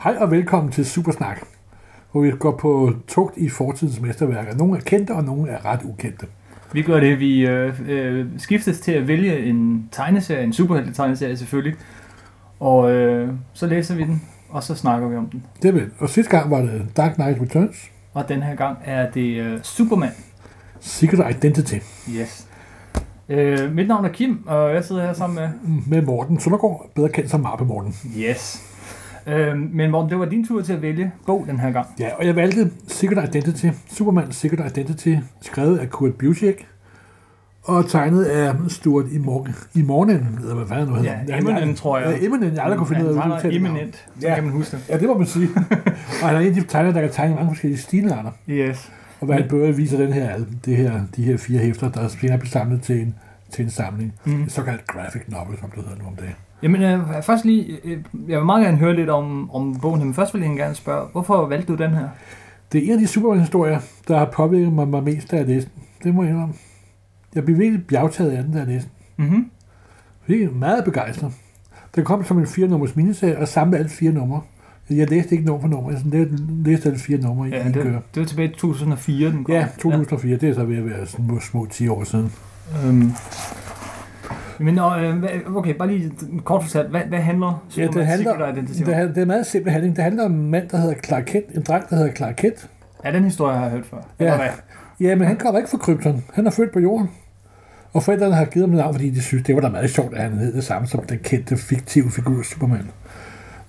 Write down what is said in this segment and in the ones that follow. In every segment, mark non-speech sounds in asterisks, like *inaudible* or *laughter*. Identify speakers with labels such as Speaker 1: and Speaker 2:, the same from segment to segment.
Speaker 1: Hej og velkommen til Supersnak, hvor vi går på tugt i fortidens mesterværker. Nogle er kendte, og nogle er ret ukendte.
Speaker 2: Vi gør det, vi øh, øh, skiftes til at vælge en tegneserie, en superhelte-tegneserie selvfølgelig, og øh, så læser vi den, og så snakker vi om den.
Speaker 1: Det er vel. Og sidste gang var det Dark Knight Returns,
Speaker 2: Og den her gang er det øh, Superman.
Speaker 1: Secret Identity,
Speaker 2: Yes. Øh, mit navn er Kim, og jeg sidder her sammen med...
Speaker 1: med Morten Søndergaard, bedre kendt som Marpe Morten.
Speaker 2: Yes. Øh, men Morten, det var din tur til at vælge bog den her gang.
Speaker 1: Ja, og jeg valgte Secret Identity, Superman Secret Identity, skrevet af Kurt Busiek, og tegnet af Stuart i, mor- i morgenen, eller hvad fanden nu hedder.
Speaker 2: Ja,
Speaker 1: han. Jeg-
Speaker 2: Eminem,
Speaker 1: jeg-
Speaker 2: tror jeg.
Speaker 1: Ja, Eminem, jeg aldrig kunne finde ud af at
Speaker 2: Han
Speaker 1: udtale
Speaker 2: var
Speaker 1: det navn.
Speaker 2: eminent, så
Speaker 1: Ja.
Speaker 2: kan man huske det.
Speaker 1: Ja, det må man
Speaker 2: *laughs*
Speaker 1: sige. og han er en af de tegnere, der kan tegne mange forskellige stilarter.
Speaker 2: Yes.
Speaker 1: Og hvad han bøger viser den her, det her, de her fire hæfter, der senere blev samlet til en, til en samling.
Speaker 2: Mm.
Speaker 1: En såkaldt graphic novel, som det hedder nu om dagen.
Speaker 2: Jamen, øh, først lige, øh, jeg vil meget gerne høre lidt om, om bogen, men først vil jeg egentlig gerne spørge, hvorfor valgte du den her?
Speaker 1: Det er en af de Superman-historier, der har påvirket mig, mig mest, da jeg læste den. Det må jeg indrømme. Jeg blev virkelig bjergtaget af den, da jeg læste den.
Speaker 2: Mm-hmm.
Speaker 1: Virkelig meget begejstret. Den kom som en fire nummers miniserie og samlede alle fire numre. Jeg læste ikke nummer for nummer, jeg sådan læste alle fire numre i
Speaker 2: Ja,
Speaker 1: en
Speaker 2: det,
Speaker 1: kør.
Speaker 2: det var tilbage i 2004, den kom.
Speaker 1: Ja, 2004, det er så ved at være sådan små, små 10 år siden.
Speaker 2: Øhm. Men og, øh, hvad- okay, bare lige en kort fortalt, hvad, hvad handler
Speaker 1: Ja, det handler,
Speaker 2: Identity?
Speaker 1: det,
Speaker 2: Det
Speaker 1: handler, det er en meget simpel handling. Det handler om en mand, der hedder Clark Kent, en dreng, der hedder Clark Kent.
Speaker 2: Ja, den historie har jeg hørt før.
Speaker 1: Ja.
Speaker 2: Eller hvad?
Speaker 1: Ja, men han kommer ikke fra krypton. Han er født på jorden. Og forældrene har givet ham et navn, fordi de synes, det var da meget sjovt, at han hed det samme som den kendte fiktive figur Superman.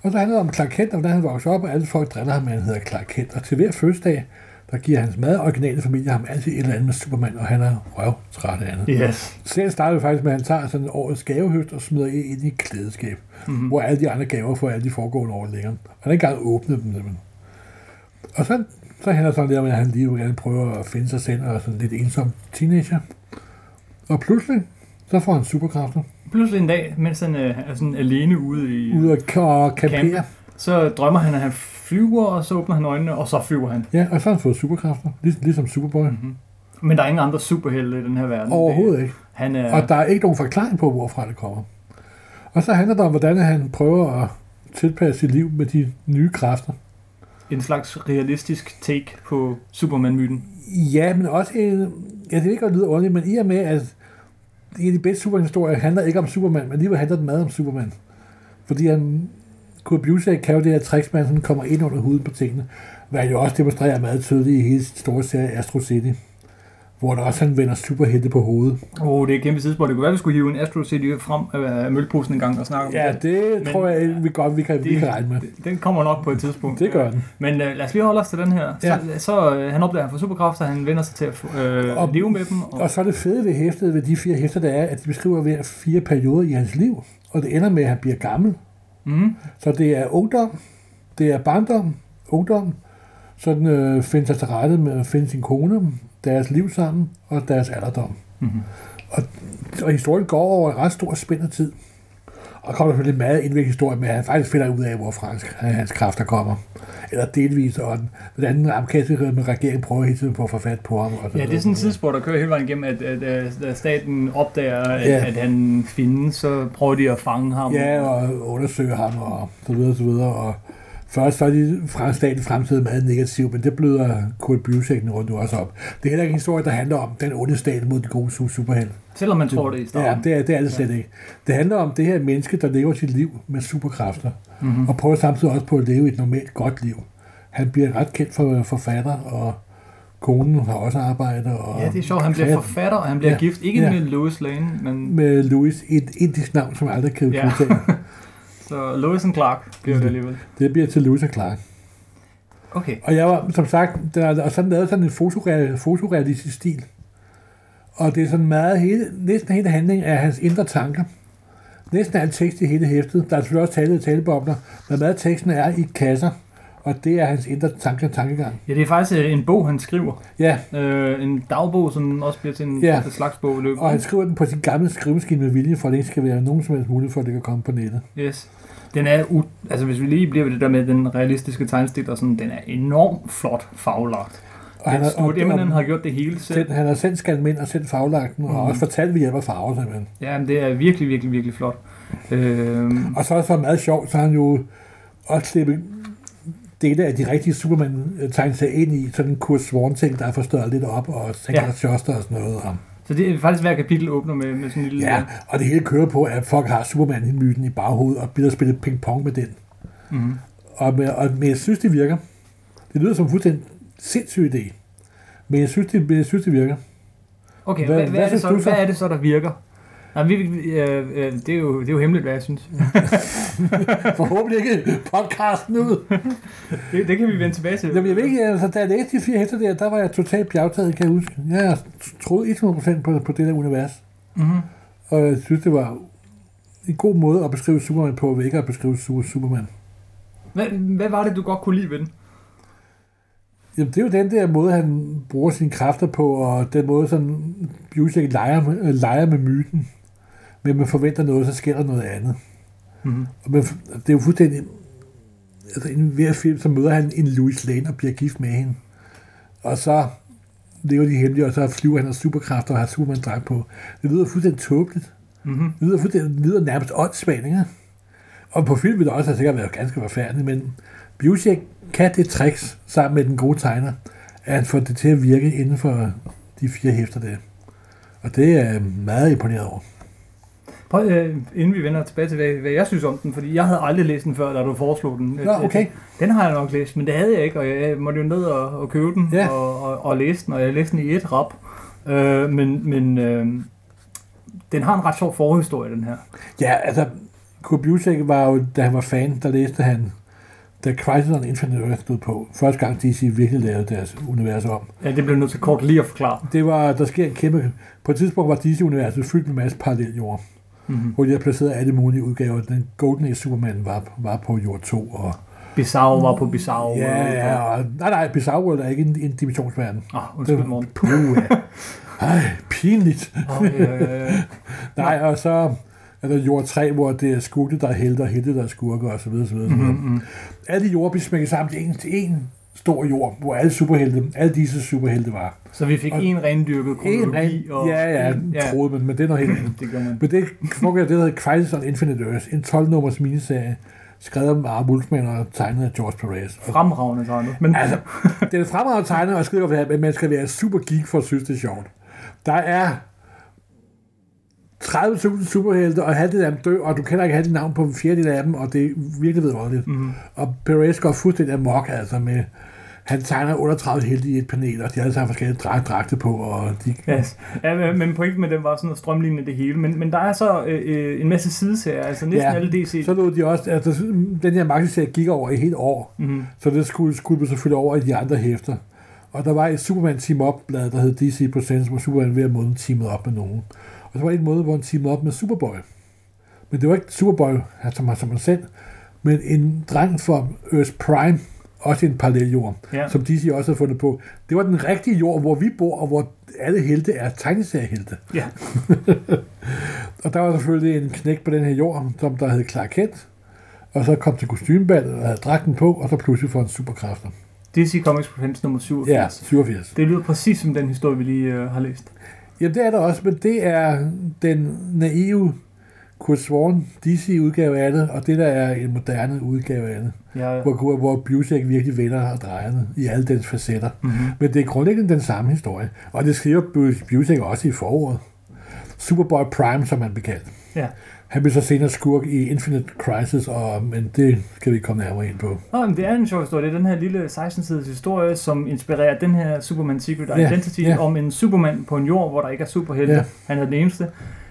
Speaker 1: Og så handler det om Clark Kent, og hvordan han vokser op, og alle folk driller ham, at han hedder Clark Kent. Og til hver fødselsdag, der giver hans meget originale familie ham altid et eller andet med Superman, og han er røvtræt af andet.
Speaker 2: Yes.
Speaker 1: Serien starter jo faktisk med, at han tager sådan årets gavehøst og smider det ind i et klædeskab,
Speaker 2: Mhm.
Speaker 1: mm-hmm. hvor alle de andre gaver for alle de foregående år ligger. Og han har ikke engang åbnet dem simpelthen. Og så, så handler det sådan lidt om, at han lige vil gerne prøve at finde sig selv og er sådan lidt ensom teenager. Og pludselig, så får han superkræfter.
Speaker 2: Pludselig en dag, mens han øh, er sådan alene ude i...
Speaker 1: Ud og, ka- og kampere.
Speaker 2: Så drømmer han, at han flyver, og så åbner han øjnene, og så flyver han. Mhm.
Speaker 1: Ja, og så har han fået superkræfter, lig- ligesom Superboy. Mm-hmm.
Speaker 2: Men der er ingen andre superhelte i den her verden.
Speaker 1: Overhovedet ikke.
Speaker 2: Det- Han er...
Speaker 1: Og der er ikke nogen forklaring på, hvorfra det kommer. Og så handler det om, hvordan han prøver at tilpasse sit liv med de nye kræfter.
Speaker 2: en slags realistisk take på Superman-myten.
Speaker 1: Ja, men også, øh, jeg ved ikke, om det lyder ordentligt, men i og med, at en af de bedste Superman-historier handler ikke om Superman, men alligevel handler den meget om Superman. Fordi han, Kurt Busiek kan jo det her tricks, man sådan kommer ind under huden på tingene, hvad han jo også demonstrerer meget tydeligt i hele sin store serie Astro City, hvor der også han vender superhelte på hovedet.
Speaker 2: Åh, oh, det er et kæmpe tidspunkt. Det kunne være, vi skulle hive en Astro City frem af mølleposen en gang og snakke om
Speaker 1: Ja,
Speaker 2: den.
Speaker 1: det
Speaker 2: Men-
Speaker 1: men, tror jeg, vi godt vi kan, vi kan regne med.
Speaker 2: Den kommer nok på et tidspunkt.
Speaker 1: Det gør den.
Speaker 2: Men øh, lad os lige holde os til den her. Ja. Så,
Speaker 1: Ja.
Speaker 2: så øh, han opdager, at han får superkræfter, han vender sig til at få, øh, og,
Speaker 1: Og-
Speaker 2: leve med dem. Og,
Speaker 1: Og så er det fede ved hæftet, ved de fire hæfter, der er, at de beskriver hver fire perioder i hans liv, og det ender med, at han bliver gammel,
Speaker 2: mm,
Speaker 1: Så det er ungdom, det er barndom, ungdom, sådan øh, finde sig til rette med at finde sin kone, deres liv sammen og deres alderdom.
Speaker 2: Mhm.
Speaker 1: Og, og historien går over en ret stor spænd af tid. Og kommer der selvfølgelig meget indviklet historie med, at han faktisk finder ud af, hvor fransk hans kræfter kommer. Eller delvis, og den- hvordan den amerikanske regering prøver hele tiden på at få fat på ham. Og
Speaker 2: ja, det er sådan en tidsspor, der kører hele vejen igennem, at, at, at, at staten opdager, at,
Speaker 1: Ja.
Speaker 2: at han findes, så prøver de at fange ham.
Speaker 1: Ja, og undersøge ham og så videre og så videre. Og først var de fra staten fremtid meget negativ, men det bløder Kurt Busiek rundt nu også op. Det er heller ikke en historie, der handler om den onde stat mod den gode su- superhelt.
Speaker 2: Selvom man tror det i
Speaker 1: Ja,
Speaker 2: starten.
Speaker 1: det er det, er det slet ikke. Det handler om det her menneske, der lever sit liv med superkræfter,
Speaker 2: Mhm. Mm.
Speaker 1: mm-hmm. og prøver samtidig også på at leve et normalt godt liv. Han bliver ret kendt for forfatter, og konen har også arbejde. Og
Speaker 2: ja, det er sjovt. Han bliver
Speaker 1: kreativ-
Speaker 2: forfatter, og han bliver ja.
Speaker 1: Ja.
Speaker 2: gift. Ikke ja.
Speaker 1: Ja.
Speaker 2: med Lois Lane, men
Speaker 1: med Louis, et indisk navn, som jeg aldrig kan
Speaker 2: Ja.
Speaker 1: udtale.
Speaker 2: *laughs* så Lois and Clark bliver
Speaker 1: Mm.
Speaker 2: det alligevel.
Speaker 1: Det bliver til Louis og Clark.
Speaker 2: Okay.
Speaker 1: Og jeg var, som sagt, der, er- og sådan lavede sådan en fotoreal, fotorealistisk stil. Og det er sådan meget hele, næsten hele handling af hans indre tanker. Næsten al tekst i hele hæftet. Der er selvfølgelig også tale og talebobler, men meget af teksten er i kasser. Og det er hans indre tanke og tankegang.
Speaker 2: Ja, det er faktisk øh, en bog, han skriver.
Speaker 1: Ja,
Speaker 2: Øh, en dagbog, som også bliver til en
Speaker 1: Ja.
Speaker 2: ja. slags bog i løbet.
Speaker 1: og han skriver den på sin gamle skrivemaskine med vilje, for at det ikke skal være nogen som helst mulighed for, at det kan komme på nettet.
Speaker 2: Yes. Den er, u- altså hvis vi lige bliver ved det der med den realistiske tegnstil, og sådan, den er enormt flot faglagt.
Speaker 1: Og han,
Speaker 2: Den
Speaker 1: har- og,
Speaker 2: Stuart Eminem
Speaker 1: og,
Speaker 2: har Mhm. gjort det hele selv.
Speaker 1: selv, han har selv skalmet ind og selv faglagt den, og også fortalt ved hjælp af farver, simpelthen.
Speaker 2: Ja, men det er virkelig, virkelig, virkelig flot. Øhm,
Speaker 1: Og så er det så meget sjovt, så har han jo også slippet dele af de rigtige Superman-tegnelser ind i sådan en Kurt Swan-ting, der er forstørret lidt op, og Zack
Speaker 2: Ja.
Speaker 1: ja. Shuster og sådan noget. Og,
Speaker 2: Så det er faktisk hver kapitel åbner med, med sådan en lille...
Speaker 1: ja, og det hele kører på, at folk har Superman-myten i baghovedet, og bliver spillet ping-pong med den.
Speaker 2: Mhm.
Speaker 1: Og, med, og men jeg synes, det virker. Det lyder som en fuldstændig sindssyg idé. Men jeg synes, det, men jeg synes, det virker.
Speaker 2: Okay,
Speaker 1: Hvad-
Speaker 2: hvad, hvad,
Speaker 1: hvad
Speaker 2: er det
Speaker 1: synes
Speaker 2: så,
Speaker 1: du så?
Speaker 2: hvad er det så, der virker? Nej, vi, vi- øh, øh, det, er jo, det er jo hemmeligt, hvad jeg synes.
Speaker 1: Forhåbentlig ikke podcasten ud.
Speaker 2: Det, det kan vi vende tilbage til.
Speaker 1: Jamen, jeg ved ikke, altså, da jeg læste de fire hæfter der, der var jeg totalt bjergtaget, kan jeg huske. Jeg troede 100% på, på det der univers.
Speaker 2: Mm-hmm.
Speaker 1: Og jeg synes, det var en god måde at beskrive Superman på, ved ikke at beskrive Su- Superman.
Speaker 2: Hvad, hvad var det, du godt kunne lide ved den?
Speaker 1: Jamen, det er jo den der måde, han bruger sine kræfter på, og den måde, sådan Busek leger, med- øh, leger med myten. Men man forventer noget, så sker der noget andet.
Speaker 2: Mm-hmm.
Speaker 1: Og man, det er jo fuldstændig... Altså, i hver film, så møder han en Louis Lane og bliver gift med hende. Og så lever de hemmeligt, og så flyver han af superkræfter og har superman dragt på. Det lyder fuldstændig tåbeligt.
Speaker 2: Mm-hmm.
Speaker 1: Det lyder, fuldstændig, det lyder nærmest åndssvagt, ikke? Og på film ville det også have sikkert været ganske forfærdeligt, men Busek kan det tricks sammen med den gode tegner, at han får det til at virke inden for de fire hæfter der. Og det er jeg meget imponeret over.
Speaker 2: Prøv, øh, inden vi vender tilbage til, hvad, hvad jeg synes om den, fordi jeg havde aldrig læst den før, da du foreslog den. Øh,
Speaker 1: Nå, okay.
Speaker 2: Den har jeg nok læst, men det havde jeg ikke, og jeg måtte jo ned og, og købe den
Speaker 1: Ja.
Speaker 2: og, og, og læse den, og jeg læste den i et rap. Øh, men men øh, den har en ret sjov forhistorie, den her.
Speaker 1: Ja, altså, Kurt Busiek var jo, da han var fan, der læste han, da Crisis on Infinite Earth stod på, første gang DC virkelig lavede deres univers om.
Speaker 2: Ja, det blev nødt til kort lige at forklare.
Speaker 1: Det var, der sker en kæmpe... På et tidspunkt var DC-universet fyldt med en masse paralleljord,
Speaker 2: Mm-hmm.
Speaker 1: hvor de havde placeret alle mulige udgaver. Den Golden Age Superman var, var på jord 2, og...
Speaker 2: Bizarro var på Bizarro.
Speaker 1: Ja,
Speaker 2: og-
Speaker 1: ja, og... Nej, nej, Bizarre World er ikke en, en dimensionsverden.
Speaker 2: Ah, undskyld,
Speaker 1: Det-
Speaker 2: morgen.
Speaker 1: Puh, ja. Ej, pinligt.
Speaker 2: Okay, øh,
Speaker 1: Nej, og så er der jord 3, hvor det er skurke, der er helte, og helte, der er skurke, og så videre, så videre, så videre.
Speaker 2: mm,
Speaker 1: alle jord blev smækket sammen til en, til en stor jord, hvor alle superhelte, alle disse superhelte var.
Speaker 2: så vi fik
Speaker 1: Og-
Speaker 2: en rendyrket kronologi. og-
Speaker 1: ja, ja,
Speaker 2: en-
Speaker 1: ja, troede man, men det er noget helt andet.
Speaker 2: Det gør man.
Speaker 1: Men det foregår det, der hedder Crisis on Infinite Earth, en 12-nummers miniserie, skrevet af Mark Wolfman og tegnet af George Perez. Og,
Speaker 2: Fremragende tegnet. Men
Speaker 1: altså, den er fremragende tegner og skriver, hvad- at man skal være super geek for at synes, det er sjovt. Der er 30.000 superhelte, og halvdelen af dem dør, og du kender ikke halvdelen navn på en fjerdedel af dem, og det er virkelig vedrørende.
Speaker 2: Mhm.
Speaker 1: Og Perez går fuldstændig amok, altså med, han tegner 38 helte i et panel, og de har alle sammen forskellige drag- dragter på, og de...
Speaker 2: Yes. Ja, men- men pointen med den var sådan at strømligne det hele. Men, men der er så øh, øh, en masse sideserier, altså næsten
Speaker 1: Ja,
Speaker 2: alle DC.
Speaker 1: Så lå de også, altså den her magtserie gik over i et helt år,
Speaker 2: Mhm.
Speaker 1: så det skulle, skulle man selvfølgelig over i de andre hæfter. Og der var et Superman Team Up-blad, der hed DC Presents, hvor Superman hver måned teamede op med nogen. Og så var der en måde, hvor han teamede op med Superboy. Men det var ikke Superboy, han- som, han- som han selv, men en dreng fra Earth Prime, også en paralleljord.
Speaker 2: Ja.
Speaker 1: som DC også havde fundet på. Det var den rigtige jord, hvor vi bor, og hvor alle helte er tegneseriehelte.
Speaker 2: ja.
Speaker 1: Og der var selvfølgelig en knæk på den her jord, som der hed Clark Kent, og så kom til kostymeballet og havde dragten på, og så pludselig får han superkræfter.
Speaker 2: DC Comics Presents nummer 87.
Speaker 1: Ja, 87.
Speaker 2: Det lyder præcis som den historie, vi lige øh, har læst.
Speaker 1: Jamen, det er der også, men det er den naive Kurt Swan DC-udgave af det, og det der er en moderne udgave af det,
Speaker 2: Jeg,
Speaker 1: hvor, hvor Busek virkelig vender og drejer det i alle dens facetter.
Speaker 2: mm-hmm.
Speaker 1: Men det er grundlæggende den samme historie, og det skriver Bu- Busek også i foråret. Superboy Prime, som han blev kaldt.
Speaker 2: ja.
Speaker 1: Han blev så senere skurk i Infinite Crisis, og, men det skal vi ikke komme nærmere ind på.
Speaker 2: Nå, men det er en sjov historie. Det er den her lille 16-sides historie, som inspirerer den her Superman Secret
Speaker 1: Ja,
Speaker 2: Identity
Speaker 1: ja.
Speaker 2: om en Superman på en jord, hvor der ikke er superhelte.
Speaker 1: Ja.
Speaker 2: Han er den eneste.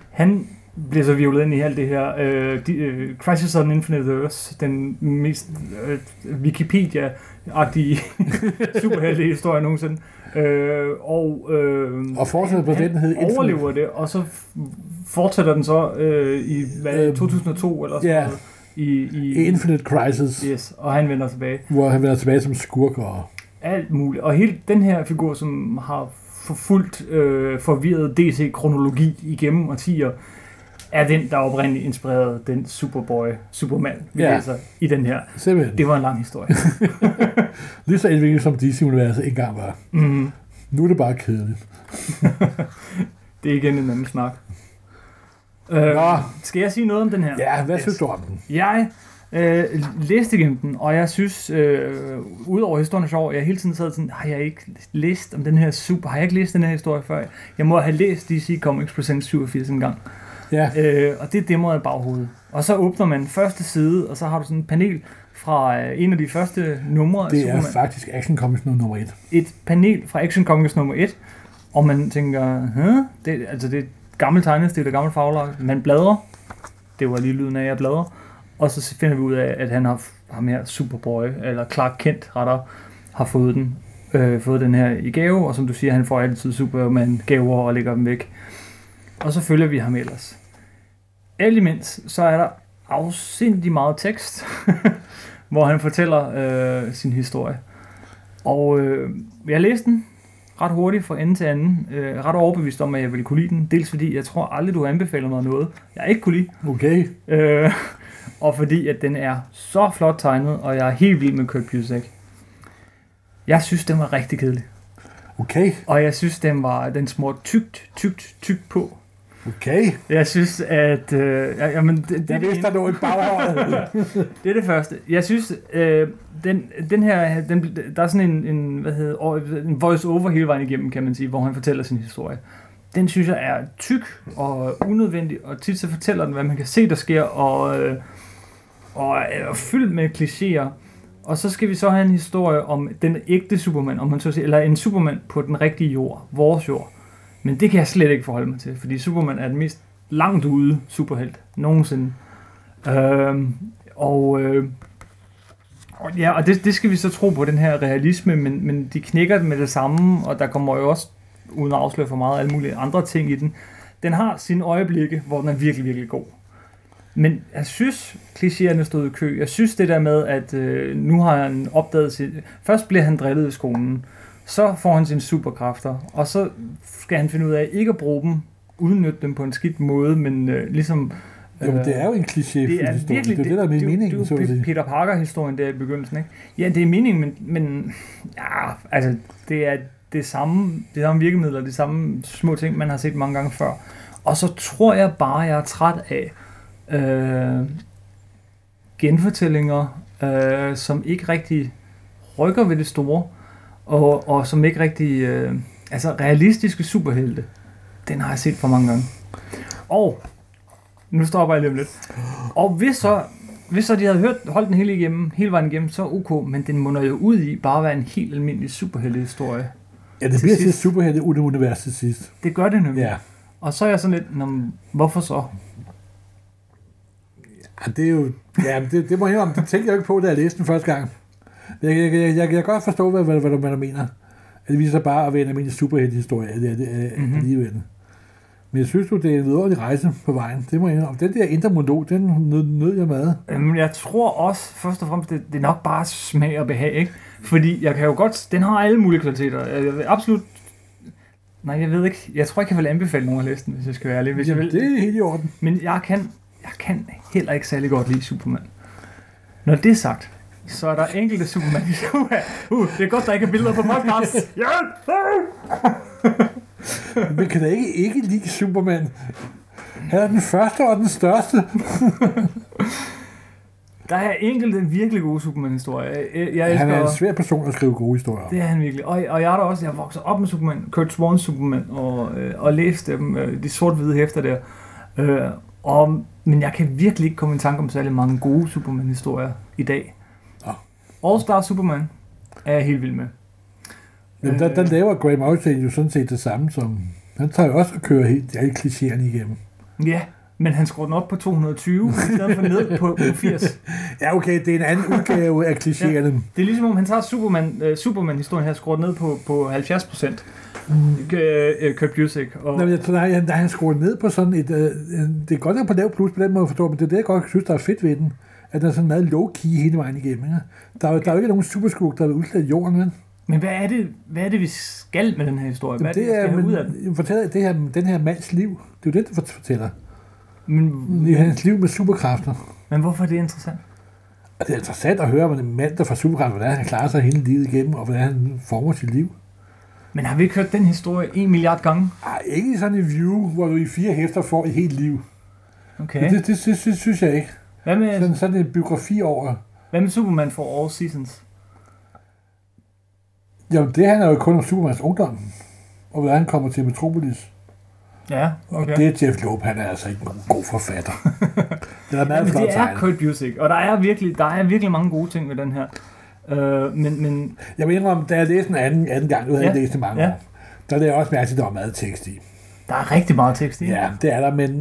Speaker 2: Han bliver så violet ind i alt det her. Øh, de, øh, Crisis on Infinite Earths, den mest øh, Wikipedia-agtige *laughs* superhelte-historie nogensinde. Øh, og øh,
Speaker 1: Og forsvaret på den hed
Speaker 2: han overlever det, og så f- fortsætter den så øh, i hvad,
Speaker 1: Øhm,
Speaker 2: 2002 eller sådan
Speaker 1: ja.
Speaker 2: noget. I, i,
Speaker 1: Infinite Crisis,
Speaker 2: yes, og han vender tilbage
Speaker 1: hvor han vender tilbage som skurk. Og,
Speaker 2: alt muligt. Og hele den her figur, som har forfulgt øh, forvirret DC-kronologi igennem årtier, er den, der oprindeligt inspirerede den Superboy, Superman, vi
Speaker 1: Ja.
Speaker 2: læser i den her.
Speaker 1: simpelthen.
Speaker 2: Det var en lang historie.
Speaker 1: *laughs* Lige så indviklet som DC-universet engang var.
Speaker 2: mm,
Speaker 1: Nu er det bare kedeligt.
Speaker 2: det er igen en anden snak. Øh,
Speaker 1: Nå.
Speaker 2: skal jeg sige noget om den her?
Speaker 1: Ja, hvad
Speaker 2: Yes.
Speaker 1: synes du om den?
Speaker 2: Jeg Øh, læste igennem den, og jeg synes, øh, udover historien er sjov, jeg hele tiden sad sådan, har jeg ikke læst om den her super, har jeg ikke læst den her historie før? Jeg må have læst DC Comics Presents 87 en gang.
Speaker 1: Ja,
Speaker 2: Øh, og det er demoet i baghovedet. Og så åbner man første side, og så har du sådan en panel fra øh, en af de første numre af
Speaker 1: det er
Speaker 2: Superman.
Speaker 1: faktisk Action Comics nu nummer et.
Speaker 2: Et panel fra Action Comics nummer 1, og man tænker, Hæ? det, altså det er et gammelt tegnestil, det er gammelt faglag. Man bladrer. Det var lige lyden af, at jeg bladrer. Og så finder vi ud af, at han har ham her Superboy, eller Clark Kent retter, har fået den. Øh, fået den her i gave, og som du siger, han får altid Superman-gaver og lægger dem væk. Og så følger vi ham ellers. Alt imens, så er der afsindig meget tekst, *laughs* hvor han fortæller øh, sin historie. Og øh, jeg læste den ret hurtigt fra ende til anden. Øh, ret overbevist om, at jeg ville kunne lide den. Dels fordi, jeg tror aldrig, du har anbefalet mig noget, jeg ikke kunne lide.
Speaker 1: Okay.
Speaker 2: Øh, *laughs* og fordi, at den er så flot tegnet, og jeg er helt vild med Kurt Busiek. Jeg synes, den var rigtig kedelig.
Speaker 1: Okay.
Speaker 2: Og jeg synes, den var den smurt tygt, tygt, tygt på.
Speaker 1: Okay.
Speaker 2: Jeg synes, at... Øh, ja, jamen, det, det,
Speaker 1: Jeg vidste, der lå et baghåret.
Speaker 2: Det er det første. Jeg synes, øh, den, den her, den, der er sådan en, en, hvad hedder, over- en voice-over hele vejen igennem, kan man sige, hvor han fortæller sin historie. Den synes jeg er tyk og unødvendig, og tit så fortæller den, hvad man kan se, der sker, og, øh, og er fyldt med klichéer. Og så skal vi så have en historie om den ægte Superman, om man så siger, eller en Superman på den rigtige jord, vores jord. Men det kan jeg slet ikke forholde mig til, fordi Superman er den mest langt ude superhelt nogensinde. Øhm, og, øh, og ja, og det, det skal vi så tro på, den her realisme, men, men de knækker den med det samme, og der kommer jo også, uden at afsløre for meget, alle mulige andre ting i den. Den har sine øjeblikke, hvor den er virkelig, virkelig god. Men jeg synes, klichéerne stod i kø. Jeg synes det der med, at øh, nu har han opdaget sin... Først bliver han drillet i skolen, så får han sine superkræfter, og så skal han finde ud af ikke at bruge dem, udnytte dem på en skidt måde, men øh, ligesom...
Speaker 1: Jo, det er jo en kliché.
Speaker 2: Det er virkelig
Speaker 1: det, er det, der er med meningen,
Speaker 2: det,
Speaker 1: så
Speaker 2: det,
Speaker 1: at
Speaker 2: det,
Speaker 1: sige.
Speaker 2: Peter Parker-historien der i begyndelsen, ikke? Ja, det er meningen, men, men ja, altså, det er det samme, det samme virkemidler, de samme små ting, man har set mange gange før. Og så tror jeg bare, jeg er træt af øh, genfortællinger, øh, som ikke rigtig rykker ved det store, og, og som ikke rigtig... Øh, altså, realistiske superhelte, den har jeg set for mange gange. Og nu stopper jeg lige om lidt. Og hvis så, hvis så de havde hørt, holdt den hele, igennem, hele vejen igennem, så ok, men den munder jo ud i bare at være en helt almindelig superheltehistorie.
Speaker 1: Ja, det
Speaker 2: til
Speaker 1: bliver til
Speaker 2: sidst-
Speaker 1: superhelte uden univers til sidst.
Speaker 2: Det gør det nemlig.
Speaker 1: Ja.
Speaker 2: Og så er jeg sådan lidt, Nå, men hvorfor så?
Speaker 1: Ja, det er jo... Ja, men det, det må jeg indrømme. Det tænkte jeg jo ikke på, da jeg læste den første gang. Jeg, jeg, jeg, jeg, jeg kan godt forstå, hvad, hvad, hvad, du- hvad du mener. At det viser sig bare at være en almindelig superheltehistorie det er det, er,
Speaker 2: Mhm.
Speaker 1: mm-hmm. alligevel. Men jeg synes jo, det er en vidunderlig rejse på vejen. Det må jeg indrømme. Den der indre monolog, den nød, nød jeg meget.
Speaker 2: Jamen, Øhm, jeg tror også, først og fremmest, det, det er nok bare smag og behag, ikke? Fordi jeg kan jo godt, den har alle mulige kvaliteter. Jeg vil absolut, nej, jeg ved ikke, jeg tror ikke, jeg vil anbefale nogen at læse den, hvis jeg skal være ærlig. Hvis jeg
Speaker 1: Jamen,
Speaker 2: vil,
Speaker 1: Det er helt i orden.
Speaker 2: Men jeg kan, jeg kan heller ikke særlig godt lide Superman. Når det er sagt, så er der enkelte Superman. *laughs* uh, det er godt, der ikke er billeder på
Speaker 1: *laughs*
Speaker 2: podcast. Hjælp!
Speaker 1: Vi kan da ikke, ikke lide Superman. Han er den første og den største.
Speaker 2: Der er enkelte virkelig gode Superman-historier. Jeg, jeg
Speaker 1: Han
Speaker 2: elsker...
Speaker 1: er en svær person at skrive gode historier.
Speaker 2: Det er han virkelig. Og, og jeg er der også, jeg er vokset op med Superman, Kurt Swans Superman, og, øh, og læste dem, øh, de sort-hvide hæfter der. Øh, og, men jeg kan virkelig ikke komme i tanke om særlig mange gode Superman-historier i dag.
Speaker 1: Nå.
Speaker 2: All Star Superman er jeg helt vild med.
Speaker 1: Jamen, der, der laver Graham Austin jo sådan set det samme som... Han tager jo også og kører helt, alle klichéerne igennem.
Speaker 2: Ja, men han skruer den op på 220, i stedet for ned på 80.
Speaker 1: Ja, okay, det er en anden udgave af klichéerne.
Speaker 2: *laughs* Det er ligesom om, han tager Superman, øh, Superman-historien her og skruer den ned på, på 70 procent. Øh, Kurt Busiek. Og,
Speaker 1: Mm. Nå, men jeg tror, nej, han, han skruer ned på sådan et... Øh, øh, det er godt, at på lav plus på den måde forstår, men det er det, jeg godt synes, der er fedt ved den. At den er sådan meget low-key hele vejen igennem. Ikke? Der, er, jo- der er jo ikke nogen superskurk, der vil udslette jorden, vel?
Speaker 2: men hvad er, det, hvad er det, vi skal med den her historie? Hvad er det, vi skal
Speaker 1: er,
Speaker 2: have ud af den?
Speaker 1: men, fortæller det her, den her mands liv. Det er jo det, du fortæller.
Speaker 2: Men,
Speaker 1: Det er hans liv med superkræfter.
Speaker 2: men hvorfor er det interessant?
Speaker 1: Og det er interessant at høre om en mand, der får superkræfter, hvordan han klarer sig hele livet igennem, og hvordan han former sit liv.
Speaker 2: Men har vi ikke hørt den historie en milliard gange?
Speaker 1: Ej, ikke i sådan en view, hvor du i fire hæfter får et helt liv.
Speaker 2: Okay.
Speaker 1: Okay. Det, det, det, det, synes jeg ikke.
Speaker 2: Hvad med,
Speaker 1: Sådan, sådan en biografi over...
Speaker 2: hvad med Superman for All Seasons?
Speaker 1: Jamen, det handler jo kun om Supermans ungdom, og hvordan han kommer til Metropolis.
Speaker 2: Ja,
Speaker 1: Og
Speaker 2: okay.
Speaker 1: det er Jeff Loeb, han er altså ikke en god forfatter. det er meget
Speaker 2: Jamen,
Speaker 1: flot
Speaker 2: det er
Speaker 1: tegnet.
Speaker 2: Kurt Busiek, og der er virkelig, der er virkelig mange gode ting ved den her. Øh, men, men
Speaker 1: Jeg vil indrømme, da jeg læste den anden, anden gang, nu havde jeg
Speaker 2: Ja.
Speaker 1: læst den mange
Speaker 2: Ja.
Speaker 1: år, der lagde jeg også mærke til, at der var meget tekst i.
Speaker 2: der er rigtig meget tekst i.
Speaker 1: Ja, det er der, men...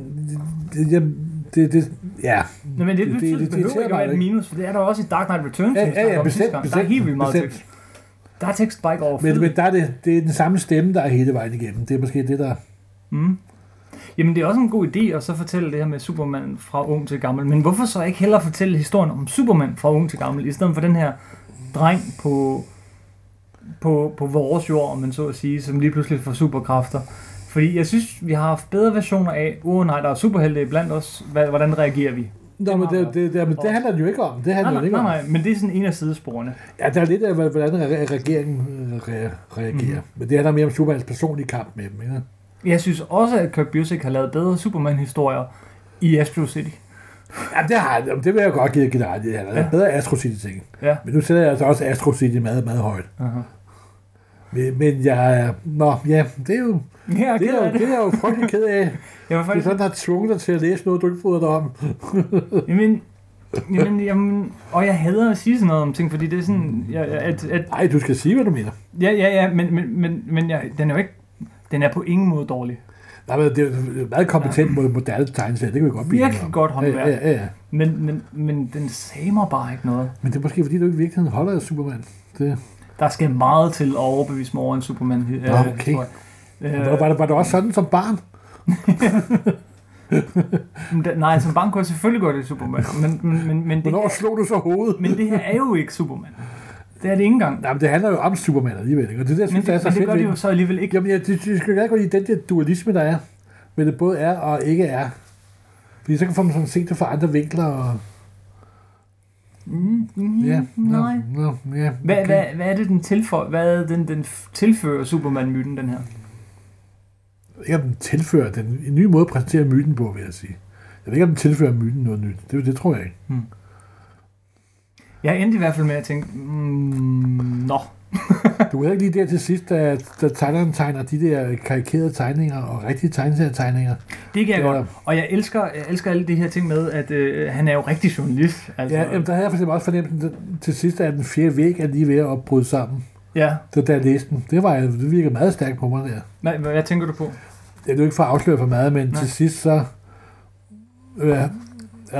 Speaker 1: Det, det, det, det ja.
Speaker 2: Nå, men det,
Speaker 1: Det- det-
Speaker 2: det, betyder,
Speaker 1: det
Speaker 2: det, behøver
Speaker 1: irriterer
Speaker 2: ikke at
Speaker 1: mig
Speaker 2: være et
Speaker 1: ikke.
Speaker 2: minus, for det er der også i Dark Knight Returns,
Speaker 1: Ja,
Speaker 2: som vi
Speaker 1: ja,
Speaker 2: snakkede
Speaker 1: ja,
Speaker 2: om
Speaker 1: bestemt,
Speaker 2: sidste gang. Der er
Speaker 1: bestemt,
Speaker 2: helt vildt meget
Speaker 1: bestemt.
Speaker 2: tekst. Der er tekst bare ikke over
Speaker 1: Men,
Speaker 2: fed.
Speaker 1: men der er det, det er den samme stemme, der er hele vejen igennem. Det er måske det, der...
Speaker 2: Mm. Jamen, det er også en god idé at så fortælle det her med Superman fra ung til gammel. Men hvorfor så ikke hellere fortælle historien om Superman fra ung til gammel, i stedet for den her dreng på, på, på vores jord, om man så at sige, som lige pludselig får superkræfter. Fordi jeg synes, vi har haft bedre versioner af, åh oh, nej, der er superhelte blandt os, Hva- hvordan reagerer vi?
Speaker 1: Nå, men det, det, det, men det handler den jo ikke om. Det handler
Speaker 2: Nej,
Speaker 1: den
Speaker 2: nej,
Speaker 1: ikke
Speaker 2: nej,
Speaker 1: om.
Speaker 2: nej, men det er sådan en af sidesporene.
Speaker 1: Ja, der er lidt af, hvordan re- regeringen øh, re- reagerer. Mm-hmm. Men det handler mere om Supermans personlige kamp med dem. Ikke?
Speaker 2: Jeg synes også, at Kirk Busiek har lavet bedre Superman-historier i Astro City.
Speaker 1: Ja, det, har, jamen, det vil jeg godt give give dig ret i. Han er
Speaker 2: Ja.
Speaker 1: bedre Astro City ting.
Speaker 2: Ja.
Speaker 1: Men nu sætter jeg altså også Astro City meget, meget højt.
Speaker 2: Uh-huh.
Speaker 1: Men, men jeg er... Nå, ja, det er jo,
Speaker 2: Ja, jeg
Speaker 1: det
Speaker 2: ked
Speaker 1: er,
Speaker 2: af
Speaker 1: jo, det er jeg jo frygtelig ked *laughs* af.
Speaker 2: Jeg var
Speaker 1: Det er
Speaker 2: faktisk
Speaker 1: sådan, der har tvunget dig til at læse noget, du ikke bryder dig om.
Speaker 2: Jamen, jamen, jamen, og jeg hader at sige sådan noget om ting, fordi det er sådan, jeg, jeg- at, at,
Speaker 1: Nej, du skal sige, hvad du mener.
Speaker 2: ja, ja, ja, men, men, men, men jeg, den er jo ikke, den er på ingen måde dårlig.
Speaker 1: Nej, men det er jo en meget kompetent mod moderne tegneserie, det kan vi godt blive
Speaker 2: Virkelig
Speaker 1: enige om.
Speaker 2: godt håndværk.
Speaker 1: Ja, ja, ja.
Speaker 2: Men, men, men den sagde mig bare ikke noget.
Speaker 1: Men det er måske, fordi du ikke i virkeligheden holder af Superman. Det,
Speaker 2: Der skal meget til at overbevise mig over en Superman. Øh,
Speaker 1: Nå, okay.
Speaker 2: historie.
Speaker 1: var, var, var du også sådan som barn?
Speaker 2: men den- nej, som barn kunne jeg selvfølgelig godt lide Superman, men, men, men, men, det,
Speaker 1: Hvornår slog du så hovedet?
Speaker 2: men det her er jo ikke Superman. Det er det ikke engang.
Speaker 1: Nej, men det handler jo om Superman alligevel, ikke? og det der, jeg
Speaker 2: Men
Speaker 1: synes, det, er
Speaker 2: det,
Speaker 1: så
Speaker 2: men det
Speaker 1: fedt.
Speaker 2: gør det
Speaker 1: ved
Speaker 2: jo
Speaker 1: den.
Speaker 2: så alligevel ikke.
Speaker 1: Jamen, jeg, det, det skal jeg godt lide den der dualisme, der er, men det både er og ikke er. Fordi så kan man sådan se det fra andre vinkler. Og,
Speaker 2: Mm, mm,
Speaker 1: ja, nå,
Speaker 2: nej.
Speaker 1: Nå, ja,
Speaker 2: Hvad,
Speaker 1: okay.
Speaker 2: okay. hvad, hvad er det, den tilføjer? Hvad er den, den f- tilfører Superman-myten, den her?
Speaker 1: ikke, om den tilfører den en ny måde at præsentere myten på, vil jeg sige. Jeg ved ikke, om den tilfører myten noget nyt. Det, det tror jeg ikke.
Speaker 2: Jeg endte i hvert fald med at tænke, mm, nå,
Speaker 1: Du kan ikke lige der til sidst, da, da tegneren tegner de der karikerede tegninger og rigtige tegneserietegninger.
Speaker 2: det kan jeg
Speaker 1: Ja.
Speaker 2: ja. godt. Og jeg elsker, jeg elsker alle de her ting med, at øh, han er jo rigtig journalist. Altså,
Speaker 1: Ja, jamen, der havde jeg for eksempel også fornemmelsen at til sidst, at den fjerde væg er lige ved at bryde sammen.
Speaker 2: ja.
Speaker 1: Så da jeg læste den, det, var, det virkede meget stærkt på mig der.
Speaker 2: Hvad, hvad, hvad tænker du på?
Speaker 1: Det er jo ikke for at afsløre for meget, men Nej.
Speaker 2: Nej.
Speaker 1: til sidst så øh, er der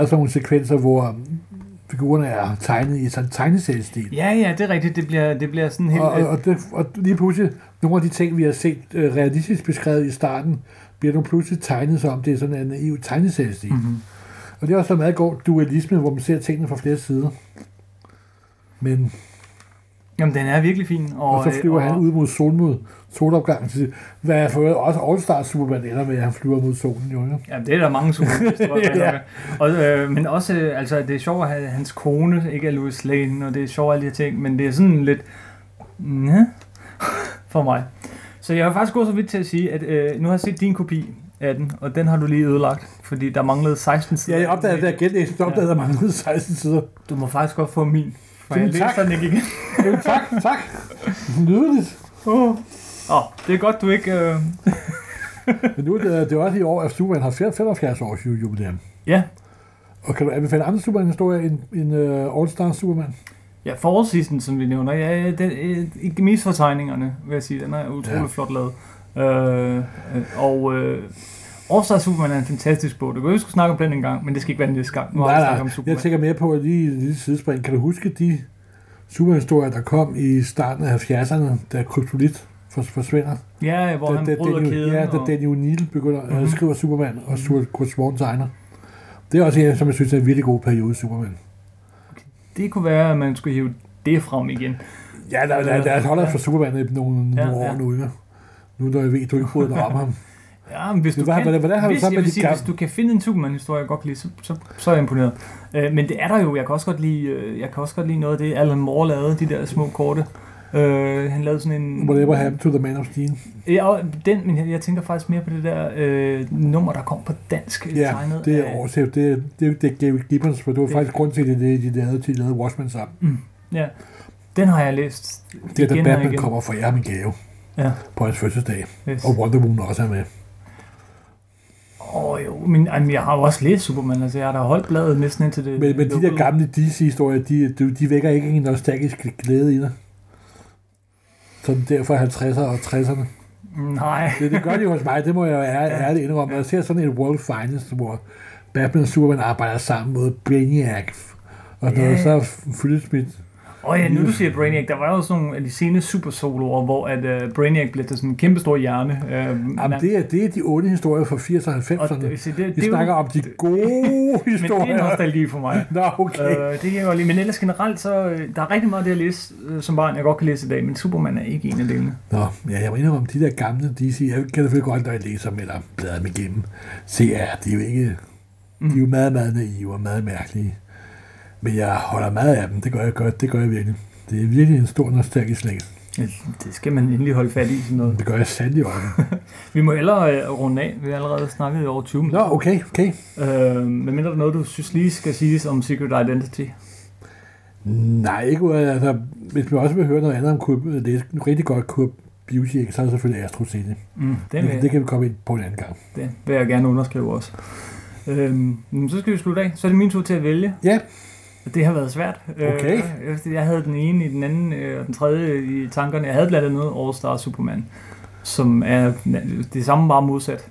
Speaker 1: sådan nogle sekvenser, hvor figurerne er tegnet i sådan en tegneseriestil.
Speaker 2: Ja, ja, det er rigtigt. Det bliver, det bliver sådan helt...
Speaker 1: Og, og,
Speaker 2: øh,
Speaker 1: og, det, og lige pludselig, nogle af de ting, vi har set øh, realistisk beskrevet i starten, bliver nu pludselig tegnet som om, det er sådan en naiv tegneseriestil. Mm.
Speaker 2: mhm.
Speaker 1: Og det er også en meget god dualisme, hvor man ser tingene fra flere sider. Men
Speaker 2: Jamen, den er virkelig fin. Og,
Speaker 1: Og, og så
Speaker 2: øh,
Speaker 1: flyver
Speaker 2: og,
Speaker 1: han ud mod solmod, solopgangen til, hvad jeg for øvrigt også All-Star Superman ender med, at han flyver mod solen, jo. ikke?
Speaker 2: Ja, det er der mange
Speaker 1: *laughs*
Speaker 2: superhelte.
Speaker 1: Ja.
Speaker 2: ja. og, øh, men også, øh, altså, det er sjovt, at hans kone ikke er Louis Lane, og det er sjovt, alle de her ting, men det er sådan lidt... Næh, *laughs* for mig. Så jeg har faktisk gået så vidt til at sige, at øh, nu har jeg set din kopi af den, og den har du lige ødelagt, fordi der manglede 16 sider.
Speaker 1: Ja, jeg opdagede, da jeg genlæste, så opdagede jeg, at der manglede 16 sider.
Speaker 2: Du må faktisk godt få min, for jeg
Speaker 1: Jamen,
Speaker 2: læser
Speaker 1: tak.
Speaker 2: den ikke igen. *laughs*
Speaker 1: Jamen, tak, tak. Nydeligt.
Speaker 2: Åh, oh. oh, det er godt, du ikke... Øh...
Speaker 1: Men nu er det, det er også i år, at Superman har 75 års ju- jubilæum.
Speaker 2: Ja,
Speaker 1: Og kan du anbefale andre Superman-historier end, end uh, All-Star Superman?
Speaker 2: Ja, forårsisen, som vi nævner, ja, den, øh, ikke mest for tegningerne, vil jeg sige. Den er utrolig
Speaker 1: Ja.
Speaker 2: ja. flot lavet. Øh, øh, og øh, Årstad Superman er en fantastisk bog. Det kunne vi skulle snakke om den en gang, men det skal ikke være den næste gang. Nu har vi snakket om Superman.
Speaker 1: Jeg tænker mere på at lige et lille sidespring. Kan du huske de Superman-historier, der kom i starten af 70'erne, da kryptolit fors- forsvinder?
Speaker 2: Ja, hvor
Speaker 1: da,
Speaker 2: han
Speaker 1: da
Speaker 2: bryder
Speaker 1: Daniel,
Speaker 2: kæden.
Speaker 1: Ja, da
Speaker 2: og,
Speaker 1: Daniel O'Neill begynder at
Speaker 2: Mhm.
Speaker 1: skrive Superman, og Stuart Kurt Swan tegner. Det er også en, som jeg synes er en virkelig god periode i Superman.
Speaker 2: det kunne være, at man skulle hive det frem igen.
Speaker 1: Ja, der, der, der, der Altså, holder for Superman i nogle, nogle
Speaker 2: Ja,
Speaker 1: år
Speaker 2: ja.
Speaker 1: nu, ikke? Nu når jeg ved, du ikke bryder dig om ham.
Speaker 2: Ja, men hvis
Speaker 1: Men
Speaker 2: du
Speaker 1: hvad-
Speaker 2: kan,
Speaker 1: hvordan- hvordan har du
Speaker 2: hvis,
Speaker 1: så med
Speaker 2: jeg vil
Speaker 1: dit
Speaker 2: sige,
Speaker 1: gamle-
Speaker 2: hvis du kan finde en Superman-historie, jeg godt kan lide, så, så, så er jeg imponeret. Øh, men det er der jo. Jeg kan også godt lide, øh, jeg kan også godt lide noget af det, Alan Moore lavede, de der små korte. Øh, han lavede sådan en...
Speaker 1: Whatever happened to the man of steel.
Speaker 2: Ja, og den, men jeg, jeg tænker faktisk mere på det der øh, nummer, der kom på dansk. øh,
Speaker 1: Ja,
Speaker 2: tegnet
Speaker 1: det
Speaker 2: af-
Speaker 1: er oversæt. Det, er- det er jo ikke det Gary Gibbons, for det var
Speaker 2: Det-
Speaker 1: faktisk grund til, at de, de lavede, til de lavede Watchmen sammen.
Speaker 2: Ja, den har jeg læst.
Speaker 1: Det er da
Speaker 2: Igen og
Speaker 1: Batman
Speaker 2: igen.
Speaker 1: kommer for jer min gave
Speaker 2: Ja,
Speaker 1: på hans fødselsdag.
Speaker 2: yes.
Speaker 1: Og Wonder Woman også er med.
Speaker 2: Åh oh, jo, men jamen, jeg har jo også læst Superman, altså jeg har da holdt bladet næsten indtil det...
Speaker 1: Men, men de der
Speaker 2: lukkede.
Speaker 1: gamle DC-historier, de, de, de vækker ikke en nostalgisk glæde i dig. Sådan der fra 50'erne og 60'erne.
Speaker 2: Mm, Nej,
Speaker 1: Det, det gør de jo hos mig, det må jeg jo ære- ærligt indrømme. Når jeg ser sådan et World Finance, hvor Batman og Superman arbejder sammen mod Brainiac og sådan noget,
Speaker 2: Ja.
Speaker 1: så fyldes mit...
Speaker 2: og ja, nu du siger Brainiac, der var jo sådan nogle af de sene supersoloer, hvor at uh, Brainiac blev til sådan en kæmpe stor hjerne. Uh,
Speaker 1: Jamen, det er, det er de onde historier fra 80'erne og
Speaker 2: og
Speaker 1: 90'erne.
Speaker 2: det, se, det,
Speaker 1: Vi
Speaker 2: det, er
Speaker 1: snakker
Speaker 2: jo,
Speaker 1: om de *laughs* gode
Speaker 2: men det er
Speaker 1: historier.
Speaker 2: nostalgi for mig.
Speaker 1: Nå, *laughs* okay.
Speaker 2: Øh, det kan jeg godt lide. Men ellers generelt, så øh, der er rigtig meget af det, jeg læse øh, som barn, jeg godt kan læse i dag, men Superman er ikke en af delene.
Speaker 1: Nå, ja, jeg må indrømme, de der gamle DC, jeg kan selvfølgelig godt, når jeg læser dem eller bladrer dem igennem, se, ja, de er jo ikke... De er
Speaker 2: Mm.
Speaker 1: jo meget, meget naive og meget mærkelige. Men jeg holder meget af dem, det gør jeg godt, det gør jeg virkelig. Det er virkelig en stor nostalgisk slægt.
Speaker 2: Det skal man endelig holde fat i sådan noget.
Speaker 1: Det gør jeg sandelig
Speaker 2: *laughs*
Speaker 1: også.
Speaker 2: Vi må hellere øh, runde af. Vi har allerede snakket i over 20
Speaker 1: Nå,
Speaker 2: minutter.
Speaker 1: okay, okay.
Speaker 2: Øh, men mindre der er noget, du synes lige skal siges om Secret Identity.
Speaker 1: Nej, ikke ud af, altså, hvis man også vil høre noget andet om Kurt, øh, det er rigtig godt Kurt Beauty, ikke? så er det selvfølgelig Astro City.
Speaker 2: Mm, den,
Speaker 1: Det,
Speaker 2: vil,
Speaker 1: det, kan vi komme ind på en anden gang.
Speaker 2: den vil jeg gerne underskrive også. Øhm, men så skal vi slutte af. Så er det min tur til at vælge.
Speaker 1: Ja,
Speaker 2: Det har været svært. Øh,
Speaker 1: Okay.
Speaker 2: jeg- jeg havde den ene i den anden øh, og den tredje i tankerne. Jeg havde blandt andet All Star Superman, som er det samme bare modsat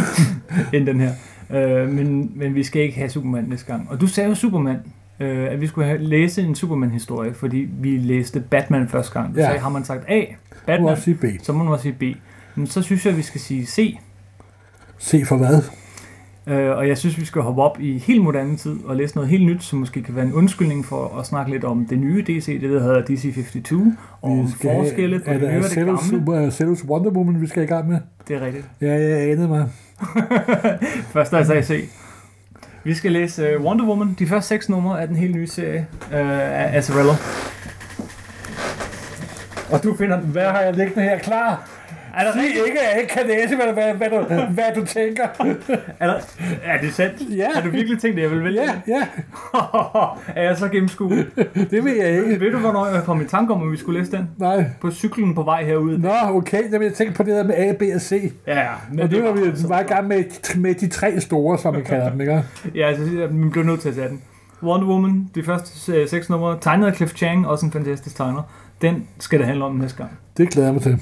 Speaker 2: *laughs* end den her. Øh, men, men vi skal ikke have Superman næste gang. Og du sagde jo Superman, øh, at vi skulle have, læse en Superman-historie, fordi vi læste Batman første gang. Du
Speaker 1: Ja.
Speaker 2: ja. sagde, har man sagt A,
Speaker 1: du må
Speaker 2: Batman,
Speaker 1: også sige B.
Speaker 2: så må man også sige B. Men så synes jeg, at vi skal sige C,
Speaker 1: Se for hvad?
Speaker 2: Øh, og jeg synes, vi skal hoppe op i helt moderne tid og læse noget helt nyt, som måske kan være en undskyldning for at snakke lidt om det nye DC, det der hedder DC 52, og om
Speaker 1: Vi skal have-
Speaker 2: forskelle på
Speaker 1: er
Speaker 2: det nye og det
Speaker 1: Cellos,
Speaker 2: gamle.
Speaker 1: Super- Cellos Wonder Woman, vi skal i gang med?
Speaker 2: Det er rigtigt.
Speaker 1: Ja, jeg anede mig.
Speaker 2: Først altså jeg se. Vi skal læse øh, Wonder Woman, de første seks numre af den helt nye serie øh, af Azarello. Og du finder den
Speaker 1: Hvad
Speaker 2: hver...
Speaker 1: har jeg liggende her klar?
Speaker 2: Er det
Speaker 1: Sig
Speaker 2: rigtigt?
Speaker 1: ikke, at jeg ikke kan læse, hvad, hvad, hvad, du, hvad du tænker.
Speaker 2: Er, der... er det sandt?
Speaker 1: Ja.
Speaker 2: Har du virkelig tænkt, at jeg vil vælge?
Speaker 1: Ja, ja,
Speaker 2: *laughs* er jeg så gennemskuet?
Speaker 1: det ved jeg ikke.
Speaker 2: Ved du, hvornår jeg kom i tanke om, at vi skulle læse den?
Speaker 1: Nej.
Speaker 2: På cyklen på vej herud.
Speaker 1: Nå, okay, jeg vil tænke på det der med A, B og C.
Speaker 2: Ja, ja. Men
Speaker 1: Og nu
Speaker 2: det
Speaker 1: er
Speaker 2: var altså-
Speaker 1: vi
Speaker 2: vi
Speaker 1: meget i gang med, med de tre store, som vi kalder dem, ikke?
Speaker 2: Ja, så altså, man blev nødt til at tage den. Wonder Woman, de første øh, seks numre, tegnet af Cliff Chang, også en fantastisk tegner. Den skal det handle om næste gang.
Speaker 1: Det glæder jeg mig til.